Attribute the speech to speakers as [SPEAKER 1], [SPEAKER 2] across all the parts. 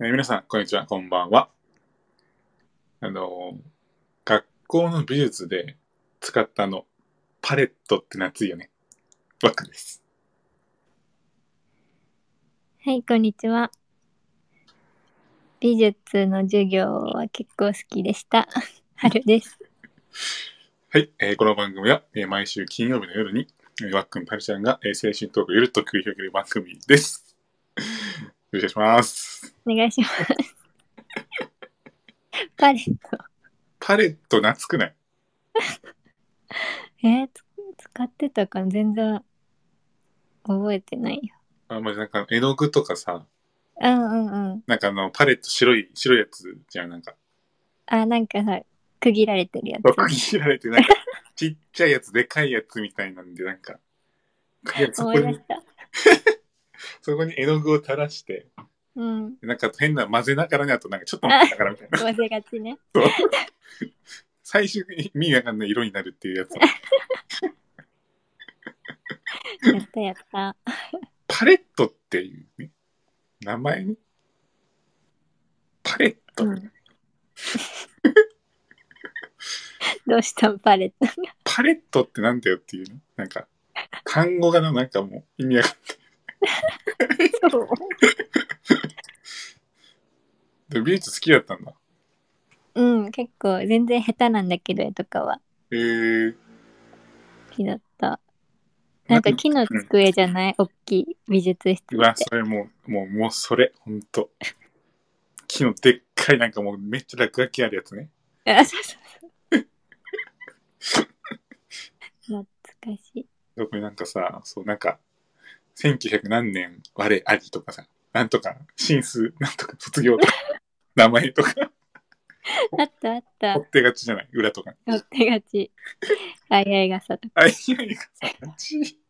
[SPEAKER 1] えー皆さん、こんにちは、こんばんは。あのー、学校の美術で使ったあの、パレットって夏いよね。バカです。
[SPEAKER 2] はい、こんにちは。美術の授業は結構好きでした。春です。
[SPEAKER 1] はい、えーこの番組は、えー毎週金曜日の夜に、えーわっくんパルちゃんが、えー青春トークをゆるっと繰り広げる番組です。よろしくお願いします。
[SPEAKER 2] お願いします。パレット。
[SPEAKER 1] パレット懐くない
[SPEAKER 2] えーつ使ってたかな全然覚えてないよ。
[SPEAKER 1] あんまりなんか絵の具とかさ、
[SPEAKER 2] うんうんうん。
[SPEAKER 1] なんかあの、パレット白い、白いやつじゃん、なんか。
[SPEAKER 2] あ、なんかさ、区切られてるや
[SPEAKER 1] 区
[SPEAKER 2] つ。
[SPEAKER 1] 切られて、なんか、ちっちゃいやつ、でかいやつみたいなんで、なんか、いやそ
[SPEAKER 2] 思
[SPEAKER 1] こ
[SPEAKER 2] い出
[SPEAKER 1] に
[SPEAKER 2] し、た。
[SPEAKER 1] そこに絵の具を垂らして、
[SPEAKER 2] うん。
[SPEAKER 1] なんか変な混ぜながらね、あとなんかちょっと待ってながらみたいな。
[SPEAKER 2] 忘れがちね。
[SPEAKER 1] そう最終的に意味わかんない色になるっていうやつ。
[SPEAKER 2] やったやった。
[SPEAKER 1] パレットっていうね、名前ね。パレット、
[SPEAKER 2] うん どうしたんパレット。
[SPEAKER 1] パレットってなんだよっていうね。なんか、単語がな、なんかもう意味わかんない。
[SPEAKER 2] そう
[SPEAKER 1] でも美術好きだったんだ。
[SPEAKER 2] うん、結構全然下手なんだけど、絵とかは。
[SPEAKER 1] えー、
[SPEAKER 2] 好きだった。なんか木の机じゃない、大きい美術室って
[SPEAKER 1] うわ、それもう、もう、もうそれ、ほんと。木のでっかい、なんかもうめっちゃ落書きあるやつね。
[SPEAKER 2] あ、そうそうそう。懐かしい。
[SPEAKER 1] 特になんかさ、そう、なんか、1900何年我ありとかさ、なんとか、新数、なんとか、卒業とか、 名前とか、
[SPEAKER 2] あったあった
[SPEAKER 1] 追。ってがちじゃない裏とか。
[SPEAKER 2] 持ってがち。あいあい傘とか。
[SPEAKER 1] あ、いやいや、さ、ち。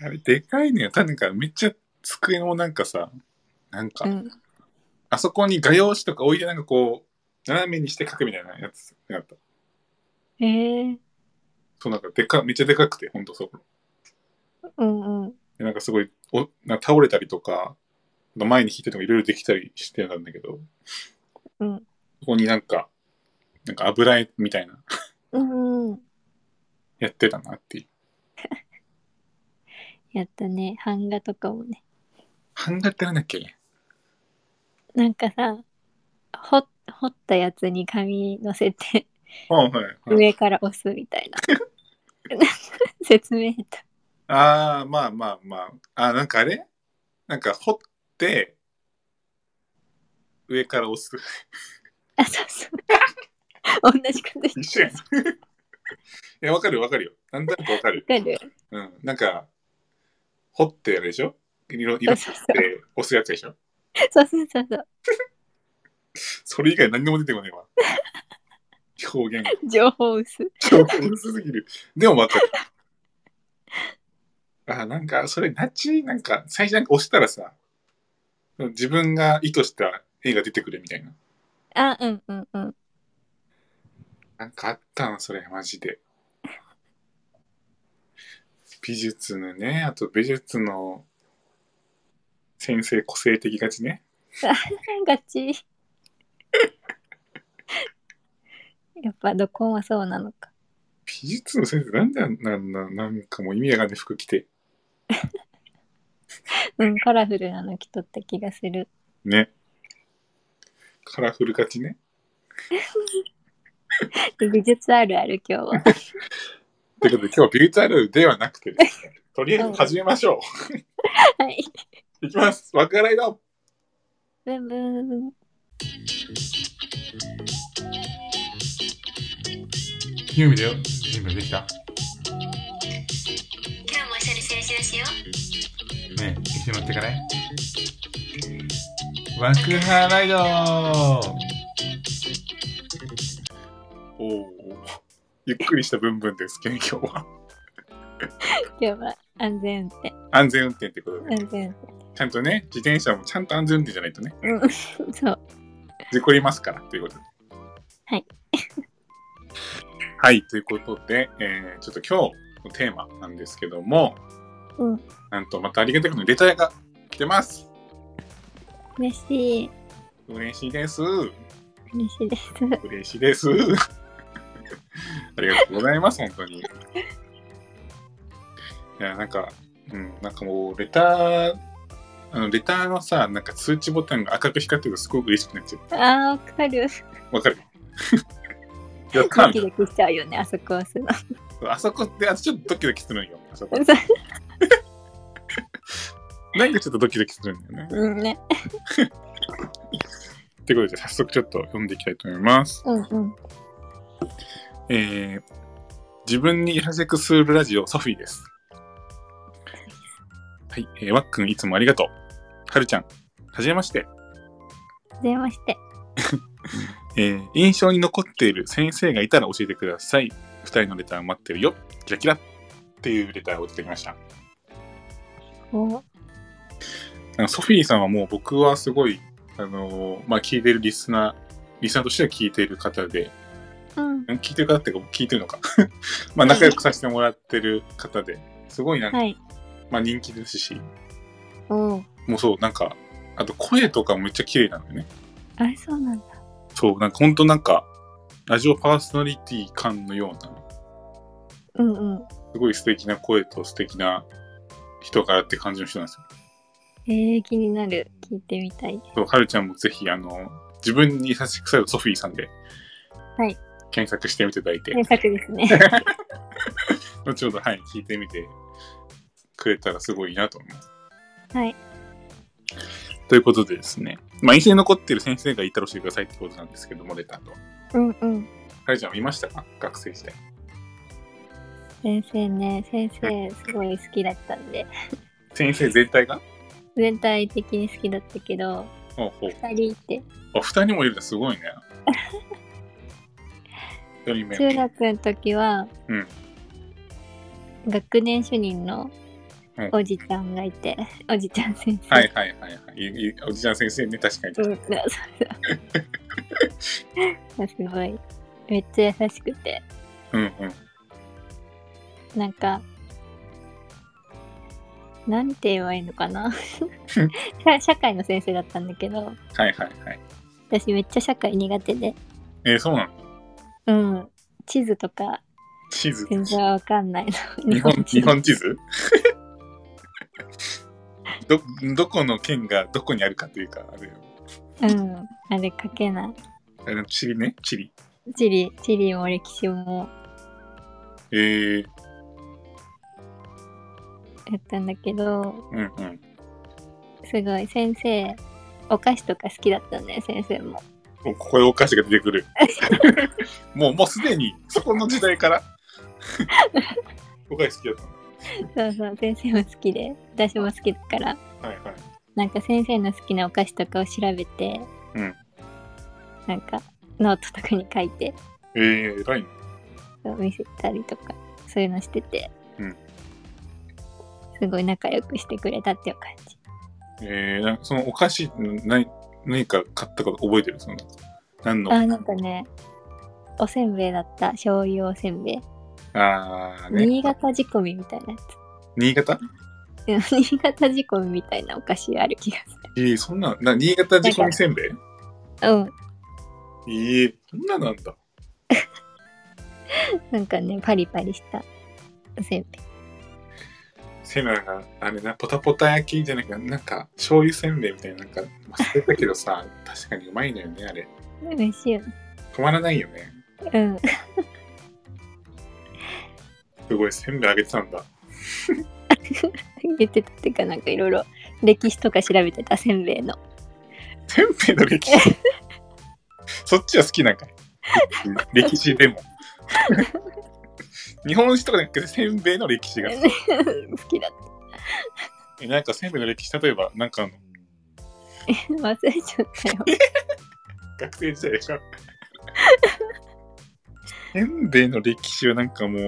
[SPEAKER 1] あれ、でかいね。ただなんか、めっちゃ机もなんかさ、なんか、
[SPEAKER 2] うん。
[SPEAKER 1] あそこに画用紙とか置いてなんかこう、斜めにして書くみたいなやつやった。
[SPEAKER 2] へえ
[SPEAKER 1] そう、なんか、でか、めっちゃでかくて、ほんとそこ。
[SPEAKER 2] うんうん。
[SPEAKER 1] でなんかすごい、おなんか倒れたりとか、前に引いたりとかいろいろできたりしてたんだけど、
[SPEAKER 2] うん。
[SPEAKER 1] ここになんか、なんか油絵みたいな、
[SPEAKER 2] うんうん。
[SPEAKER 1] やってたなっていう。
[SPEAKER 2] やったね。版画とかもね。
[SPEAKER 1] 版画ってなんだっけ
[SPEAKER 2] なんかさ、ほ、掘ったやつに紙乗せて、
[SPEAKER 1] ああ、はい。
[SPEAKER 2] 上から押すみたいな。 説明下手。
[SPEAKER 1] ああ、まあまあまあ。あーなんかあれなんか掘って、上から押す。
[SPEAKER 2] あ、そうそう。同じこと言って
[SPEAKER 1] 一緒やん。い や、わかるわかるよ。なんとなくわかる。
[SPEAKER 2] わかる
[SPEAKER 1] うん。なんか、掘ってやるでしょ色、色
[SPEAKER 2] そうそう
[SPEAKER 1] って押すやつでしょ
[SPEAKER 2] そうそうそうそう。
[SPEAKER 1] それ以外何にも出てこないわ。表現。
[SPEAKER 2] 情報薄。
[SPEAKER 1] 表現薄すぎる。でもわかる。あ、なんか、それ、ナチ、なんか、最初なんか押したらさ、自分が意図した絵が出てくるみたいな。
[SPEAKER 2] あ、うんうんうん。
[SPEAKER 1] なんかあったな、それ、マジで。美術のね、あと美術の先生個性的がちね。
[SPEAKER 2] ガチ。やっぱどこもそうなのか。
[SPEAKER 1] 美術の先生、なんであんな、ななんかもう意味わかんない服着て。
[SPEAKER 2] うん、カラフルなの着とった気がする。
[SPEAKER 1] ね。カラフルがちね。
[SPEAKER 2] 美術あるある今日は。
[SPEAKER 1] ということで、今日はビュータルではなくてですね、とりあえず始めましょ
[SPEAKER 2] はい。
[SPEAKER 1] う。いきます。わからいだ。
[SPEAKER 2] ブンブン。
[SPEAKER 1] ユーミだよ。準備できた。
[SPEAKER 3] 今日も一緒に青春しよう
[SPEAKER 1] ねえ、一緒に乗ってかないわくはライドおお。ゆっくりした分分ですけど、今日は。
[SPEAKER 2] 今日は安全運転。
[SPEAKER 1] 安全運転ってことで、
[SPEAKER 2] 安全
[SPEAKER 1] ちゃんとね、自転車もちゃんと安全運転じゃないとね、
[SPEAKER 2] 運転。うん、そう。
[SPEAKER 1] 事故りますから、ということで。
[SPEAKER 2] はい。
[SPEAKER 1] はい、ということで、えー、ちょっと今日のテーマなんですけども、
[SPEAKER 2] うん
[SPEAKER 1] なんとまたありがたくのレターが来てます。
[SPEAKER 2] 嬉しい。
[SPEAKER 1] 嬉しいです。
[SPEAKER 2] 嬉しいです。
[SPEAKER 1] 嬉しいです。 ありがとうございます、本当に。いや、なんか、うん、なんかもう、レター、あの、レターのさ、なんか通知ボタンが赤く光ってるとすごく嬉しくなっちゃ
[SPEAKER 2] あー、わかる。
[SPEAKER 1] う。わか るやったー
[SPEAKER 2] ド
[SPEAKER 1] みた
[SPEAKER 2] キ
[SPEAKER 1] い
[SPEAKER 2] ドキしちゃうよね、あそこはするの。
[SPEAKER 1] なあそこって、あとちょっとドキドキするんよ。あそこ。
[SPEAKER 2] そう
[SPEAKER 1] なんかちょっとドキドキするんだよね。
[SPEAKER 2] うんね。
[SPEAKER 1] ってことで、早速ちょっと読んでいきたいと思います。
[SPEAKER 2] うんうん。
[SPEAKER 1] えー、自分に優しくするラジオ、ソフィーです。はい、えー、わっくんいつもありがとう。はるちゃん、はじめまして。
[SPEAKER 2] はじめまして。
[SPEAKER 1] えー印象に残っている先生がいたら教えてください。二人のレター待ってるよ。キラキラっていうレターを送ってきました。
[SPEAKER 2] お
[SPEAKER 1] あのソフィーさんはもう僕はすごい、あのーまあ、聞いてるリスナー、リスナーとしては聞いてる方で、
[SPEAKER 2] うん。
[SPEAKER 1] 聞いてる方っていうか聞いてるのか。 まあ仲良くさせてもらってる方で、すごいなんか、
[SPEAKER 2] はい。
[SPEAKER 1] まあ人気ですし、
[SPEAKER 2] お
[SPEAKER 1] もうそう、なんか、あと声とかもめっちゃ綺麗なんだよね。
[SPEAKER 2] あれ、そうなんだ。
[SPEAKER 1] そう、なんかほんとなんか、ラジオパーソナリティ感のような、
[SPEAKER 2] うんうん。
[SPEAKER 1] すごい素敵な声と素敵な人柄って感じの人なんですよ。
[SPEAKER 2] えー、気になる。聞いてみ たい。
[SPEAKER 1] そう、はるちゃんもぜひ、あの、自分に優しくされるソフィーさんで、
[SPEAKER 2] はい。
[SPEAKER 1] 検索してみていただいて、
[SPEAKER 2] 名作です ね。
[SPEAKER 1] 後ほど、はい、聞いてみてくれたらすごいなと思います。
[SPEAKER 2] はい。
[SPEAKER 1] ということでですね、まあ、印象に残ってる先生がいたら教えてくださいってことなんですけども、レターとは。
[SPEAKER 2] うんうん。
[SPEAKER 1] はるちゃんはいましたか学生時代。
[SPEAKER 2] 先生ね、先生、すごい好きだったんで、
[SPEAKER 1] 先生全体が
[SPEAKER 2] 全体的に好きだったけど、
[SPEAKER 1] ほうほう
[SPEAKER 2] 二人いて、
[SPEAKER 1] あ、二人もいるんだ、す ごいね。一人目。
[SPEAKER 2] 中学の時は、
[SPEAKER 1] うん
[SPEAKER 2] 学年主任の
[SPEAKER 1] うん
[SPEAKER 2] おじちゃんがいて、おじちゃん先生、
[SPEAKER 1] はいはいはいはいい。いおじちゃん先生ね、確かに
[SPEAKER 2] うん。そうそうそう すごいめっちゃ優しくて
[SPEAKER 1] うんうん。
[SPEAKER 2] なんかなんて言えばいいのかな社社会の先生だったんだけど
[SPEAKER 1] はいはいはい。
[SPEAKER 2] 私めっちゃ社会苦手で
[SPEAKER 1] えー、そうなの
[SPEAKER 2] うん地図とか
[SPEAKER 1] 地図。
[SPEAKER 2] 全然わかんないの
[SPEAKER 1] 日本
[SPEAKER 2] 地
[SPEAKER 1] 日
[SPEAKER 2] 図
[SPEAKER 1] 本地図 どどこの県がどこにあるかというか、あれよ
[SPEAKER 2] うんあれ書けない
[SPEAKER 1] あれチリね、チリ。
[SPEAKER 2] 地理地理も歴史も
[SPEAKER 1] えー、
[SPEAKER 2] やったんだけど
[SPEAKER 1] うんうん。
[SPEAKER 2] すごい先生お菓子とか好きだったね先生も
[SPEAKER 1] おここでお菓子が出てくる。 もうもうすでにそこの時代から。 お菓子好きだっ
[SPEAKER 2] そうそう先生も好きで私も好きだから
[SPEAKER 1] たの。はいはい。
[SPEAKER 2] なんか先生の好きなお菓子とかを調べて、
[SPEAKER 1] うん
[SPEAKER 2] なんかノートとかに書いて
[SPEAKER 1] えー、偉いね。
[SPEAKER 2] そう見せたりとかそういうのしてて、
[SPEAKER 1] うん
[SPEAKER 2] すごい仲良くしてくれたっていう感じ
[SPEAKER 1] えー、なんかそのお菓子何何か買ったか覚えてるその何の
[SPEAKER 2] あなんかねおせんべいだった醤油おせんべい、
[SPEAKER 1] あーね
[SPEAKER 2] 新潟仕込みみたいなや
[SPEAKER 1] 新潟
[SPEAKER 2] つ うん新潟仕込みみたいなお菓子ある気がす
[SPEAKER 1] えー、そんなな新潟仕込みせんべい
[SPEAKER 2] るうん
[SPEAKER 1] ええー、そんななんだ
[SPEAKER 2] なんかね、パリパリしたおせんべい。
[SPEAKER 1] せながあれなポタポタ焼きじゃなくてなんか醤油せんべいみたいななんか忘れたけどさ 確かにうまいのよねあれ
[SPEAKER 2] 美味しいよね。
[SPEAKER 1] 止まらないよね
[SPEAKER 2] うん。
[SPEAKER 1] すごいせんべいあげてたんだ
[SPEAKER 2] 言ってたっていうか、なんかいろいろ歴史とか調べてたせんべいの。
[SPEAKER 1] せんべいの歴史そっちは好きなんかい歴史でも日本史とかじゃなくてせんべいの歴史が好き
[SPEAKER 2] 好きだっ
[SPEAKER 1] えなんかせんべいの歴史例えばなんかあの
[SPEAKER 2] た。忘れちゃったよ。
[SPEAKER 1] 学生時代でしょ せんべいの歴史はなんかも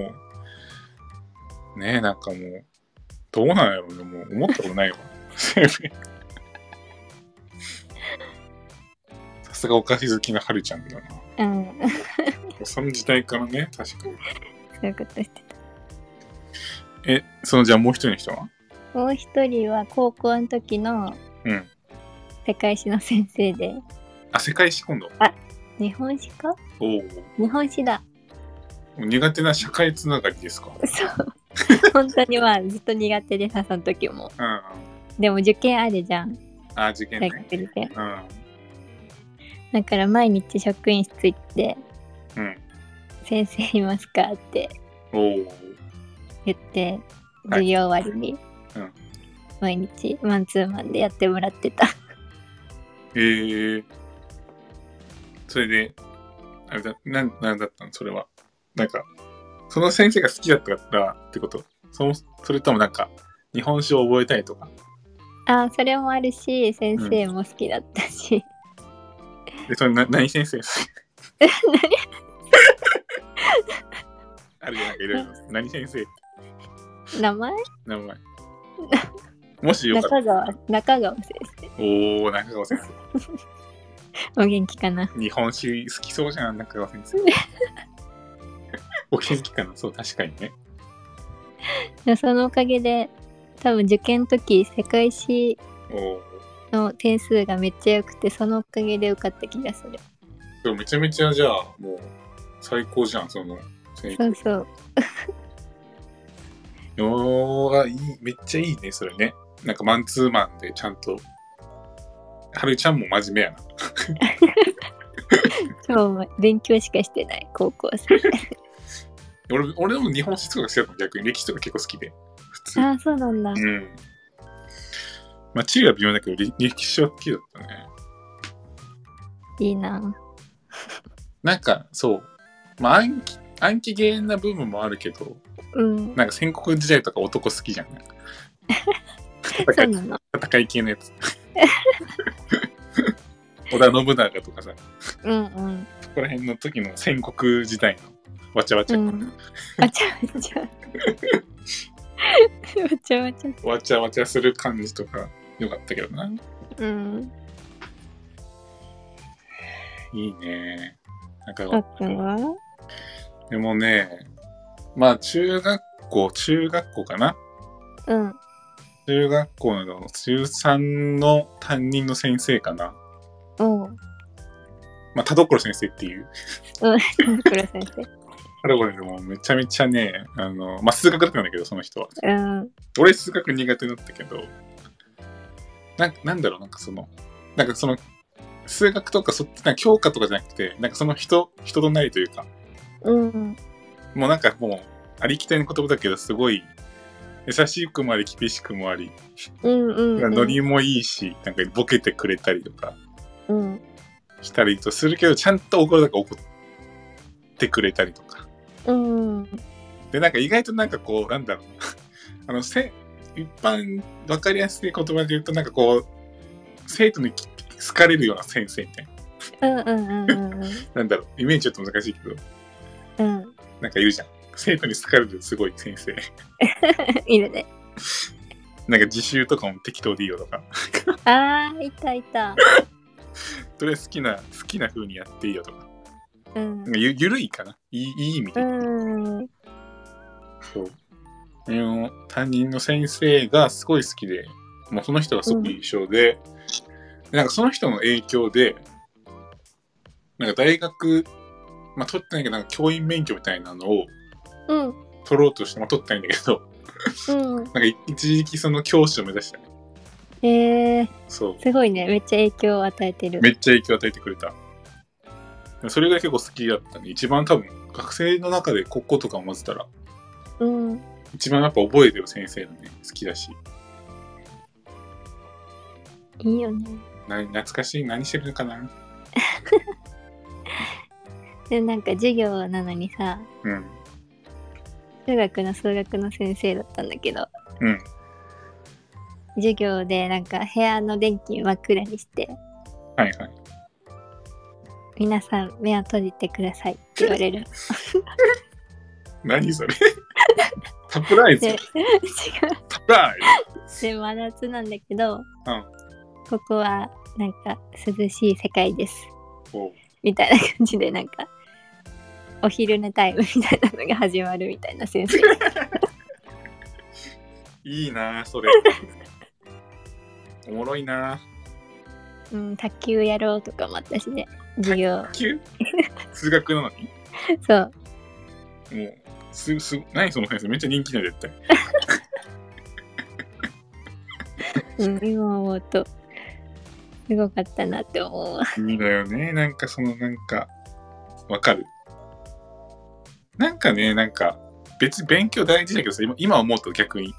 [SPEAKER 1] うねえなんかもうどうなんやろうねもう思ったことないわ せんべいさすがお菓子好きなはるちゃんだな
[SPEAKER 2] うん。
[SPEAKER 1] その時代からね確かに
[SPEAKER 2] そういうことしてた。
[SPEAKER 1] えそのじゃあもう一人の人は
[SPEAKER 2] もう一人は高校の時の
[SPEAKER 1] うん
[SPEAKER 2] 世界史の先生で
[SPEAKER 1] あ、世界史今度。
[SPEAKER 2] 日本史か
[SPEAKER 1] おお。
[SPEAKER 2] 日本史だ
[SPEAKER 1] 苦手な社会つながりですか。
[SPEAKER 2] そう本当にはずっと苦手でさその時も
[SPEAKER 1] うんうん。
[SPEAKER 2] でも受験あるじゃん
[SPEAKER 1] あ、受験
[SPEAKER 2] 大
[SPEAKER 1] ね。
[SPEAKER 2] 学受験
[SPEAKER 1] うん。
[SPEAKER 2] だから毎日職員室行って
[SPEAKER 1] うん。
[SPEAKER 2] 「先生いますか?」って
[SPEAKER 1] おお。
[SPEAKER 2] 言って
[SPEAKER 1] はい
[SPEAKER 2] 授業終わりに
[SPEAKER 1] うん
[SPEAKER 2] 毎日マンツーマンでやってもらってた
[SPEAKER 1] ええそれで、あれだ、なん、なんだったのそれは。なんか、その先生が好きだったからってことそのそれともなんか、日本史を覚えたいとか。
[SPEAKER 2] あーそれもあるし先生も好きだったし、
[SPEAKER 1] で、それな、何先生 あれなんかいろいろ。何先生
[SPEAKER 2] 名前
[SPEAKER 1] 名前。もしよかった
[SPEAKER 2] 中川中川先
[SPEAKER 1] おお中川先生。
[SPEAKER 2] 生お元気かな
[SPEAKER 1] 日本史好きそうじゃん、中川先生。お気づきかなそう、確かにね。
[SPEAKER 2] でそのおかげで多分受験の時世界史
[SPEAKER 1] おお。
[SPEAKER 2] の点数がめっちゃ良くてそのおかげで受かった気がする
[SPEAKER 1] でもめちゃめちゃじゃあもう最高じゃんその選
[SPEAKER 2] そ
[SPEAKER 1] 手
[SPEAKER 2] うそう
[SPEAKER 1] おーあいいめっちゃいいねそれねなんかマンツーマンでちゃんとはるちゃんも真面目やな
[SPEAKER 2] 今日勉強しかしてない高校生
[SPEAKER 1] 俺俺でも日本史とか好きだったの逆に歴史とか結構好きで普通
[SPEAKER 2] ああそうなんだ
[SPEAKER 1] うんまあ地理は微妙だけどり歴史は好きだったね
[SPEAKER 2] いいな
[SPEAKER 1] なんかそうまあ暗記暗記芸な部分もあるけど
[SPEAKER 2] うん
[SPEAKER 1] なんか戦国時代とか男好き じゃん
[SPEAKER 2] そ
[SPEAKER 1] 戦
[SPEAKER 2] う
[SPEAKER 1] い
[SPEAKER 2] なの
[SPEAKER 1] 戦い系のやつ 織田信長とかさ
[SPEAKER 2] うんうん
[SPEAKER 1] そこら辺の時の戦国時代のわちゃわちゃ、
[SPEAKER 2] うんわちゃわちゃわちゃわ
[SPEAKER 1] わ
[SPEAKER 2] ちゃ
[SPEAKER 1] ちゃわちゃする感じとかよかったけどな
[SPEAKER 2] うん
[SPEAKER 1] いいねなんか、
[SPEAKER 2] あっくんは
[SPEAKER 1] でもねまあ中学校中学校かな
[SPEAKER 2] うん
[SPEAKER 1] 中学校の中3の担任の先生かな
[SPEAKER 2] おう
[SPEAKER 1] まあ田所先生っていう
[SPEAKER 2] うん黒先生
[SPEAKER 1] 田所でもめちゃめちゃねあのまあ数学だったんだけどその人は
[SPEAKER 2] うん
[SPEAKER 1] 俺数学苦手だったけどなんなんだろうなんかそのなんかその数学とかそっちなんか教科とかじゃなくてなんかその人人となりというか
[SPEAKER 2] うん
[SPEAKER 1] もうなんかもうありきたりの言葉だけどすごい優しくもあり厳しくもあり、
[SPEAKER 2] うんうんうん
[SPEAKER 1] ノリもいいしなんかボケてくれたりとか
[SPEAKER 2] うん
[SPEAKER 1] したりとするけどちゃんと怒るだけ怒ってくれたりとか
[SPEAKER 2] うん
[SPEAKER 1] でなんか意外となんかこうなんだろう あのせ一般わかりやすい言葉で言うとなんかこう生徒にき好かれるような先生みたいな
[SPEAKER 2] うんうんうんうん
[SPEAKER 1] なんだろうイメージちょっと難しいけど
[SPEAKER 2] うん
[SPEAKER 1] なんかいるじゃん生徒に好かれるすごい先生
[SPEAKER 2] いるね
[SPEAKER 1] なんか自習とかも適当でいいよとか
[SPEAKER 2] あーいたいた
[SPEAKER 1] とりあえず好きな好きな風にやっていいよとか
[SPEAKER 2] うん
[SPEAKER 1] なんかゆゆるいかないいいい意味
[SPEAKER 2] う
[SPEAKER 1] で、
[SPEAKER 2] ん
[SPEAKER 1] そうあの担任の先生がすごい好きでもうその人がすごい印象で、でなんかその人の影響でなんか大学、まあ、取ってないけどなんか教員免許みたいなのを
[SPEAKER 2] うん
[SPEAKER 1] 取ろうとして、まあ、取ってないんだけど
[SPEAKER 2] うん
[SPEAKER 1] なんか一時期その教師を目指したね
[SPEAKER 2] えー、
[SPEAKER 1] そう
[SPEAKER 2] すごいねめっちゃ影響を与えてる
[SPEAKER 1] めっちゃ影響を与えてくれたそれが結構好きだったね一番多分学生の中で国語とか混ぜたら
[SPEAKER 2] うん
[SPEAKER 1] 一番やっぱ覚えてる先生だね好きだし
[SPEAKER 2] いいよね
[SPEAKER 1] な懐かしい何してるのかな
[SPEAKER 2] でなんか授業なのにさ
[SPEAKER 1] うん
[SPEAKER 2] 中学の数学の先生だったんだけど
[SPEAKER 1] うん
[SPEAKER 2] 授業でなんか部屋の電気真っ暗にして
[SPEAKER 1] はいはい
[SPEAKER 2] 「皆さん目を閉じてください」って言われる
[SPEAKER 1] 何それ サプライズ
[SPEAKER 2] で 違う
[SPEAKER 1] サプライ
[SPEAKER 2] で真夏なんだけど、
[SPEAKER 1] うん
[SPEAKER 2] ここはなんか涼しい世界です
[SPEAKER 1] ズおう
[SPEAKER 2] みたいな感じでなんかお昼寝タイムみたいなのが始まるみたい な先生
[SPEAKER 1] いいなあそれおもろいなあ
[SPEAKER 2] うん、卓球やろうとかもあったしね授業
[SPEAKER 1] 急数学なのに
[SPEAKER 2] そう
[SPEAKER 1] もう、す、す、何その先生めっちゃ人気だよ、絶対。
[SPEAKER 2] うん、今思うとすごかったなって思うわ
[SPEAKER 1] いいだよね。なんかその、なんか、わかる。なんかね、なんか、別に勉強大事だけどさ、今今思うと逆に。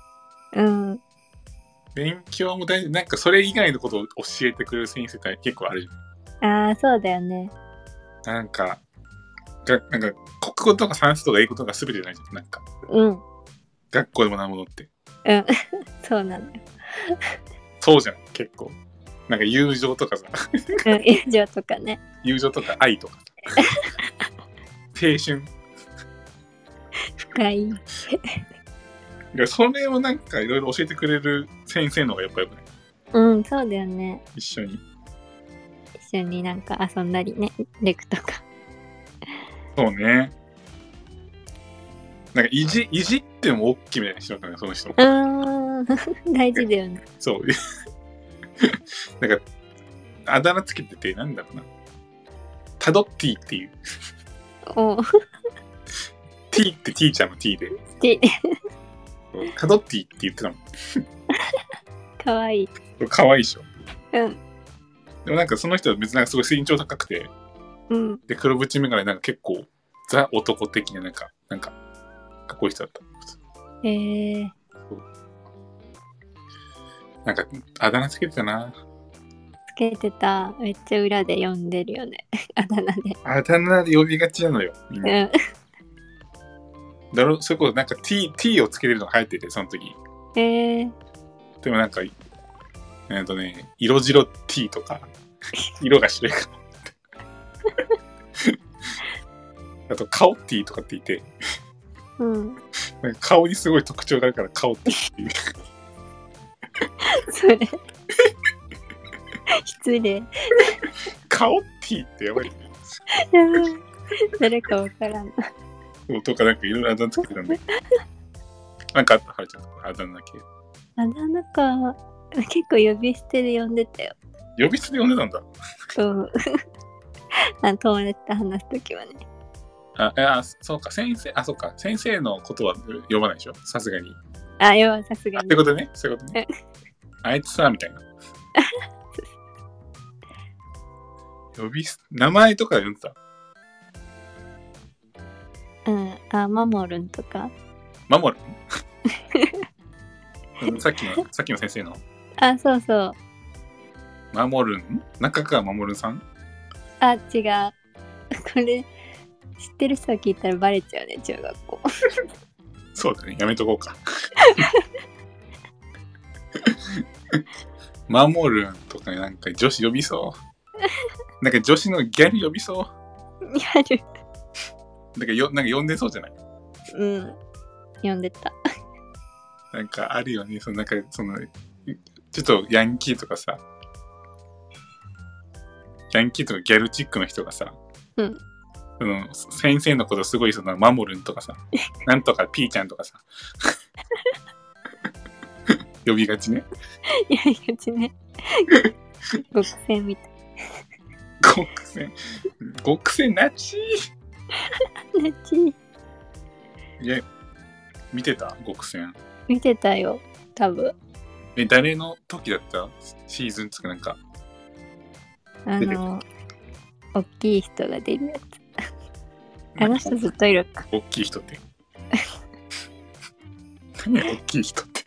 [SPEAKER 2] うん
[SPEAKER 1] 勉強も大事。なんかそれ以外のことを教えてくれる先生って結構あるじゃん。
[SPEAKER 2] ああそうだよね
[SPEAKER 1] なんか、がなんか、国語とか算数とか英語とか全てじゃないじゃん。なんか、
[SPEAKER 2] うん
[SPEAKER 1] 学校で学ぶものって。
[SPEAKER 2] うんそうなのよ、
[SPEAKER 1] そうじゃん、結構。なんか友情とかさ、
[SPEAKER 2] うん、友情とかね
[SPEAKER 1] 友情とか愛とか。青春。
[SPEAKER 2] 深い
[SPEAKER 1] いや、それをなんかいろいろ教えてくれる先生の方がやっぱよくない
[SPEAKER 2] うんそうだよね
[SPEAKER 1] 一緒に。
[SPEAKER 2] 一緒になんか遊んだりねレクとか
[SPEAKER 1] そうね。なんか、いじ、いじっても OK みたいな人だったね、その人も
[SPEAKER 2] う。ーん 大事だよね
[SPEAKER 1] そう。 なんか、あだ名つけてて、なんだろうな。タドッティっていう。
[SPEAKER 2] おう
[SPEAKER 1] ティってティーちゃんのティーで。
[SPEAKER 2] ち
[SPEAKER 1] タドッティって言ってたも
[SPEAKER 2] かわいい
[SPEAKER 1] ん。かわいいでしょ。
[SPEAKER 2] うん
[SPEAKER 1] でもなんかその人は別になんかすごい身長高くて、
[SPEAKER 2] うん
[SPEAKER 1] で、黒縁眼鏡なんか結構、ザ男的ななんか、なんか、かっこいい人だった。
[SPEAKER 2] へえー、
[SPEAKER 1] なんか、あだ名つけてたな。
[SPEAKER 2] つけてためっちゃ裏で読んでるよね あだ名で
[SPEAKER 1] あだ名で呼びがちなのよ。みんな
[SPEAKER 2] うん
[SPEAKER 1] だろそういうことなんか T, T をつけてるのが流行ってて、その時。
[SPEAKER 2] へえー、
[SPEAKER 1] でもなんか、えっとね、色白 T と か、色が白いから。あと、顔 T とかって言って、
[SPEAKER 2] うん
[SPEAKER 1] なんか顔にすごい特徴があるから顔 T っていう。
[SPEAKER 2] それ 失礼
[SPEAKER 1] 顔 T ってやばい。
[SPEAKER 2] 誰かわからん
[SPEAKER 1] そうとかなんかいろいろあだ名つけてたんで。なんかあったはるちゃんとかあだ名だけ。
[SPEAKER 2] あだ名か結構呼び捨てで呼んでたよ
[SPEAKER 1] 呼び捨てで呼んでたんだ。
[SPEAKER 2] うん あ友達と話すときはね
[SPEAKER 1] あ、えあそうか、先生、あ、そうか、先生のことは呼ばないでしょさすがに。
[SPEAKER 2] あ要はさすが
[SPEAKER 1] あって
[SPEAKER 2] に
[SPEAKER 1] ことね、そういうことね。あいつさ、みたいな。呼びす、名前とか読んでた。
[SPEAKER 2] うんあマモルンとか
[SPEAKER 1] 守るんさっきの、さっきの先生の、
[SPEAKER 2] あそうそう
[SPEAKER 1] 守るん中川守るんさん
[SPEAKER 2] あ違う これ知ってる人は聞いたらバレちゃうね中学校
[SPEAKER 1] そうだね、やめとこうか。 守るんとかなんか女子呼びそう。なんか女子のギャル呼びそう。
[SPEAKER 2] やる
[SPEAKER 1] なんかよ、なんか呼んでそうじゃない
[SPEAKER 2] うん呼んでた
[SPEAKER 1] なんかあるよね、そのなんか、その、ちょっとヤンキーとかさ、ヤンキーとかギャルチックの人がさ、
[SPEAKER 2] うん
[SPEAKER 1] その先生のことすごいその、マモルンとか さ、なんとかピーちゃんとかさ、 呼びがちね。
[SPEAKER 2] いやいやち ね極戦みたい
[SPEAKER 1] 極戦、極戦なち
[SPEAKER 2] なち
[SPEAKER 1] いや、見てた極戦。
[SPEAKER 2] 見てたよ多分
[SPEAKER 1] え、誰の時だったシーズンつかなんか。
[SPEAKER 2] あ
[SPEAKER 1] 出てく
[SPEAKER 2] の大きい人が出るやつあの人ずっといるか
[SPEAKER 1] 大きい人 って。何や大きい人って。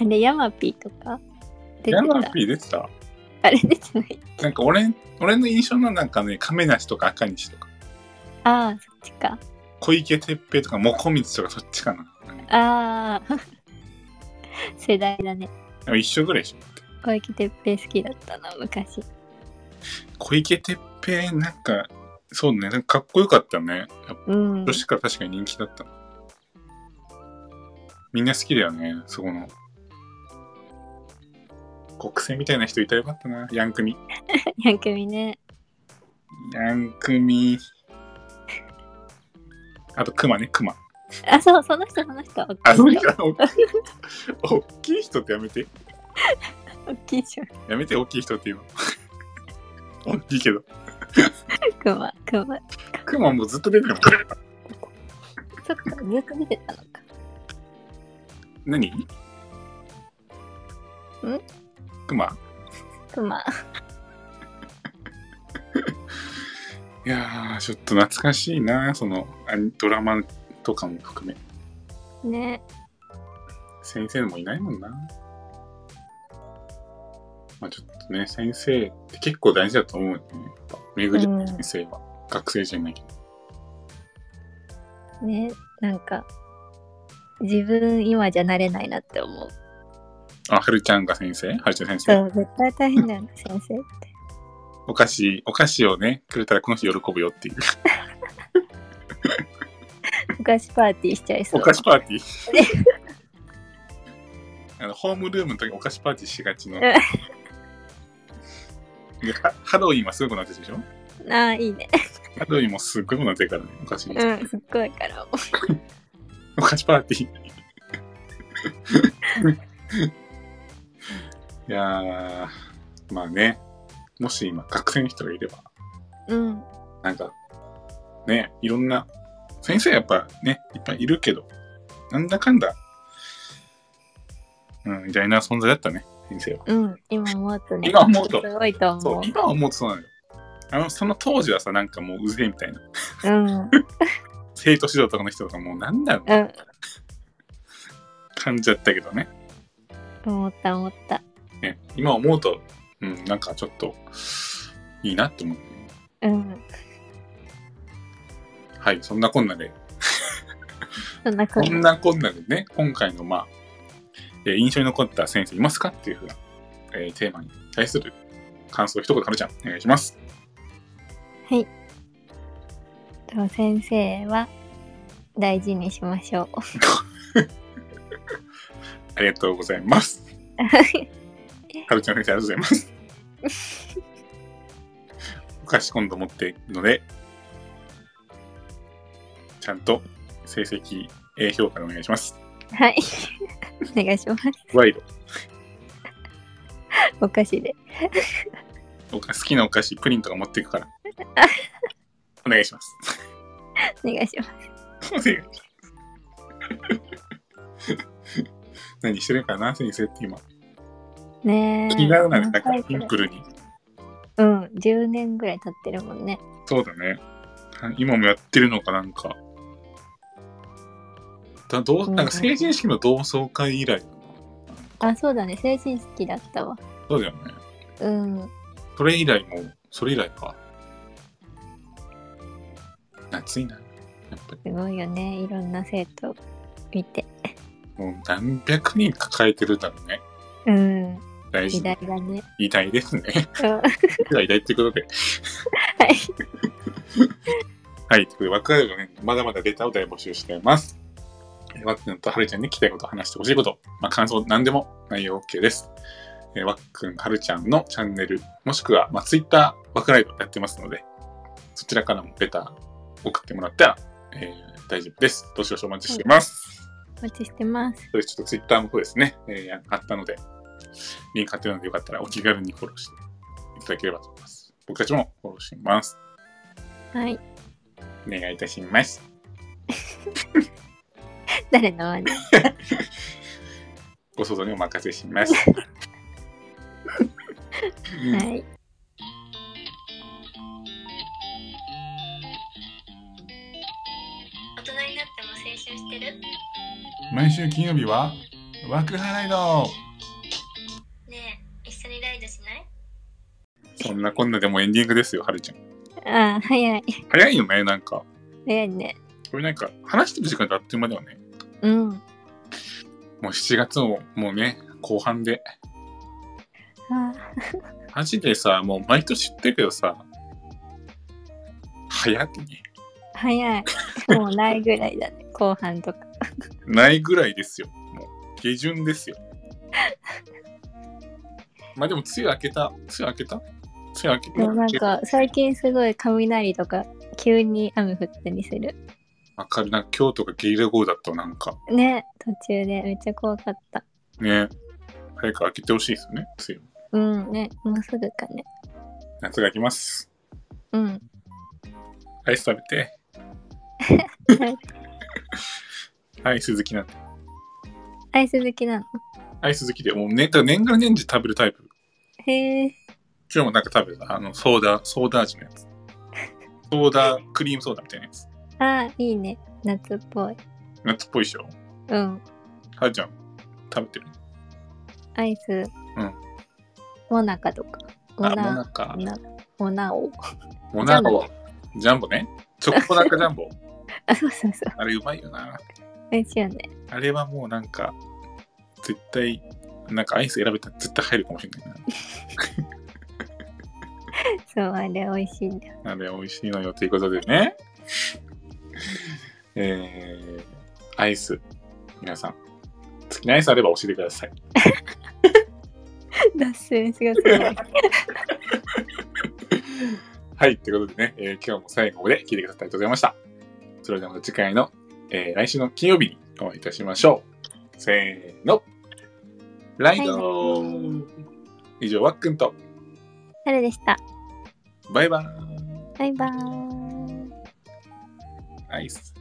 [SPEAKER 2] あれヤマピーとか出て
[SPEAKER 1] ヤマ
[SPEAKER 2] た
[SPEAKER 1] ピー出てた
[SPEAKER 2] あれ出てない
[SPEAKER 1] なんか俺、俺の印象のなんかね、亀梨とか赤西とか、
[SPEAKER 2] ああそっちか
[SPEAKER 1] 小池徹平とか、もこみちとかそっちかな。
[SPEAKER 2] ああ 世代だね
[SPEAKER 1] でも一緒ぐらいでしょ。
[SPEAKER 2] 小池徹平好きだったな昔
[SPEAKER 1] 小池徹平、なんか、そうね、なんかかっこよかったね。やっぱ
[SPEAKER 2] うん
[SPEAKER 1] 女 子から確かに人気だった。みんな好きだよね、そこの。国政みたいな人いたらよかったな、ヤンクミ。
[SPEAKER 2] ヤンキミね
[SPEAKER 1] ヤンクミ。あと、クマね、クマ。
[SPEAKER 2] あそうその人その人大きい
[SPEAKER 1] あ、そう
[SPEAKER 2] 人
[SPEAKER 1] か、大きい人。大きい人ってやめて。
[SPEAKER 2] 大きい人
[SPEAKER 1] やめて、大きい人って言うの。いいけど。
[SPEAKER 2] くまくま
[SPEAKER 1] クマもずっと出てるもん。
[SPEAKER 2] そっかずっと出てたのか
[SPEAKER 1] 何んクマ
[SPEAKER 2] くま
[SPEAKER 1] いやー、ちょっと懐かしいな、そのあドラマとかも含め。
[SPEAKER 2] ね
[SPEAKER 1] 先生もいないもんな。まあちょっとね、先生って結構大事だと思うよね。やっぱ巡り合う先生は、学生じゃないけど。
[SPEAKER 2] ねなんか自分今じゃなれないなって思う
[SPEAKER 1] あ、はるちゃんが先生はるちゃん先
[SPEAKER 2] そ
[SPEAKER 1] 生。
[SPEAKER 2] う絶対大変だよね先生って
[SPEAKER 1] お菓子、お菓子をね、くれたらこの人喜ぶよっていう。
[SPEAKER 2] お菓子パーティーしちゃいそ
[SPEAKER 1] お
[SPEAKER 2] う
[SPEAKER 1] 菓子パーティーあのホームルームの時お菓子パーティーしがちの。でハハロウィンはすごくなってるでしょ
[SPEAKER 2] ああいいね
[SPEAKER 1] ハロウィンもすごくなってるからね、お菓子。
[SPEAKER 2] うんすっごいから
[SPEAKER 1] お菓子パーティー。 いやー、まあね、もし今学生の人がいれば、
[SPEAKER 2] うん
[SPEAKER 1] なんか、ね、いろんな、先生やっぱね、いっぱいいるけど、なんだかんだ、うん、偉大な存在だったね、先生は。
[SPEAKER 2] うん今思うとね
[SPEAKER 1] 今思うと
[SPEAKER 2] すごいと
[SPEAKER 1] そう
[SPEAKER 2] 思、
[SPEAKER 1] 今思うとそうなのよ。あの、その当時はさ、なんかもううぜえみたいな。
[SPEAKER 2] ううん
[SPEAKER 1] 生徒指導とかの人とかもうなんだろう
[SPEAKER 2] うん
[SPEAKER 1] 感じだったけどね。
[SPEAKER 2] 思った思った
[SPEAKER 1] ね今思うと、うん、なんかちょっと、いいなって思う。
[SPEAKER 2] うん
[SPEAKER 1] はい、そんなこんなで、
[SPEAKER 2] そんな
[SPEAKER 1] そ
[SPEAKER 2] 感じ
[SPEAKER 1] んなこんなでね、今回のまあ、えー印象に残った先生いますかっていうふうな、えーテーマに対する感想を一言、はるちゃん、お願いします。
[SPEAKER 2] と先生は大事にしましょう
[SPEAKER 1] ありがとうございます。はるちゃん先生、ありがとうございます。お菓子今度持っていくので、ちゃんと成績、A 評価でお願いします。
[SPEAKER 2] はい お願いします
[SPEAKER 1] 賄賂。
[SPEAKER 2] お菓子で
[SPEAKER 1] お菓好きなお菓子、プリンとか持っていくから。お願いします。
[SPEAKER 2] お願いします
[SPEAKER 1] お願いします何してるかな先生って今
[SPEAKER 2] ねえ
[SPEAKER 1] 気にならないだから
[SPEAKER 2] 若
[SPEAKER 1] シ
[SPEAKER 2] い
[SPEAKER 1] ンプルに
[SPEAKER 2] うん10年ぐらい経ってるもんね
[SPEAKER 1] そうだねは今もやってるのかなんかだどうなんか成人式の同窓会以来だな
[SPEAKER 2] あそうだね成人式だったわ
[SPEAKER 1] そうだよね
[SPEAKER 2] うん
[SPEAKER 1] それ以来もうそれ以来か夏いなやっぱ
[SPEAKER 2] すごいよねいろんな生徒見て
[SPEAKER 1] りもう何百人抱えてるだろうね
[SPEAKER 2] うん
[SPEAKER 1] 大事
[SPEAKER 2] 時
[SPEAKER 1] な
[SPEAKER 2] 代だね
[SPEAKER 1] 偉大ですね
[SPEAKER 2] うん
[SPEAKER 1] 偉大ってことで
[SPEAKER 2] はい
[SPEAKER 1] はい、ということで、枠がね、まだまだデータを大募集しています。えーワックンとハルちゃんに聞きたいこと、話してほしいこと、まあ、感想、何でも内容 OK です。えーワックン、ハルちゃんのチャンネル、もしくは、まあ、Twitter、ワクライブやってますので、そちらからもデータ送ってもらったら、えー大丈夫です。どしどしお待ちしてます。
[SPEAKER 2] お待ちしてます
[SPEAKER 1] それちょっと Twitter の方ですね、えー、あったので、リンク貼ってるので、よかったらお気軽にフォローしていただければと思います。僕たちもフォローします。
[SPEAKER 2] はい
[SPEAKER 1] お願いいたします。
[SPEAKER 2] 誰の真似
[SPEAKER 1] ご想像にお任せし ます。うん
[SPEAKER 2] はい
[SPEAKER 3] 大人になっても青春してる
[SPEAKER 1] 毎週金曜日はワクハライド
[SPEAKER 3] ねえ一緒にライドしない
[SPEAKER 1] そんなこんなでもエンディングですよ、はるちゃん。
[SPEAKER 2] あー早い
[SPEAKER 1] 早いよね、なんか。
[SPEAKER 2] 早いね
[SPEAKER 1] これなんか、話してる時間ってあっという間だよね。
[SPEAKER 2] うん
[SPEAKER 1] もう7月も、もうね、後半で。
[SPEAKER 2] あ
[SPEAKER 1] マジでさ、もう毎年言ってるけどさ、早くね。
[SPEAKER 2] ー早いもうないぐらいだね後半とか
[SPEAKER 1] ないぐらいですよ。もう、下旬です よ。まあでも、梅雨明けた。梅雨明けた梅雨明け
[SPEAKER 2] でもなん
[SPEAKER 1] た。
[SPEAKER 2] か最近すごい雷とか急に雨降ったりする
[SPEAKER 1] わかるな。今日とかゲリラ豪雨だったわなんか。
[SPEAKER 2] ね途中でめっちゃ怖かった
[SPEAKER 1] ね早く開けてほしいですよね、梅
[SPEAKER 2] うんねもうすぐかね
[SPEAKER 1] 雨。夏が来ます。
[SPEAKER 2] うん。
[SPEAKER 1] アイス食べて。はい、鈴木なんて。
[SPEAKER 2] アイス好きなの。
[SPEAKER 1] アイス好きで、もう年から年から年中食べるタイプ。
[SPEAKER 2] へえ。
[SPEAKER 1] 今日もなんか食べた。あの、ソーダ、ソーダ味のやつ。ソーダ、クリームソーダみたいなやつ。
[SPEAKER 2] ああ、いいね。夏っぽい。
[SPEAKER 1] 夏っぽいでしょ。
[SPEAKER 2] うん。
[SPEAKER 1] はるちゃん、食べてる。
[SPEAKER 2] アイス。
[SPEAKER 1] うん。
[SPEAKER 2] モナカとか。モ
[SPEAKER 1] あ、モ
[SPEAKER 2] ナ
[SPEAKER 1] ナカ。
[SPEAKER 2] ナ。モナ オ。
[SPEAKER 1] モナカ。ジャンボね。チョコモナカジャンボ。
[SPEAKER 2] あ、そうそうそう。
[SPEAKER 1] あれうまいよな。
[SPEAKER 2] 美味しいよね。
[SPEAKER 1] あれはもうなんか、絶対、なんかアイス選べたら絶対入るかもしれないな。
[SPEAKER 2] そう、あれ美味しいんだよ。
[SPEAKER 1] あれ美味しいのよということでね。 えー、アイス。皆さん、好きなアイスあれば教えてください。
[SPEAKER 2] 脱線しがすごい。
[SPEAKER 1] はい、ということでね、えー今日も最後まで聞いてくださってありがとうございました。それではまた次回の、えー来週の金曜日にお会いいたしましょう。せーの。ライド、以上、わっくんと、
[SPEAKER 2] 春でした。
[SPEAKER 1] バイバーイ。
[SPEAKER 2] バイバーイ。
[SPEAKER 1] アイス。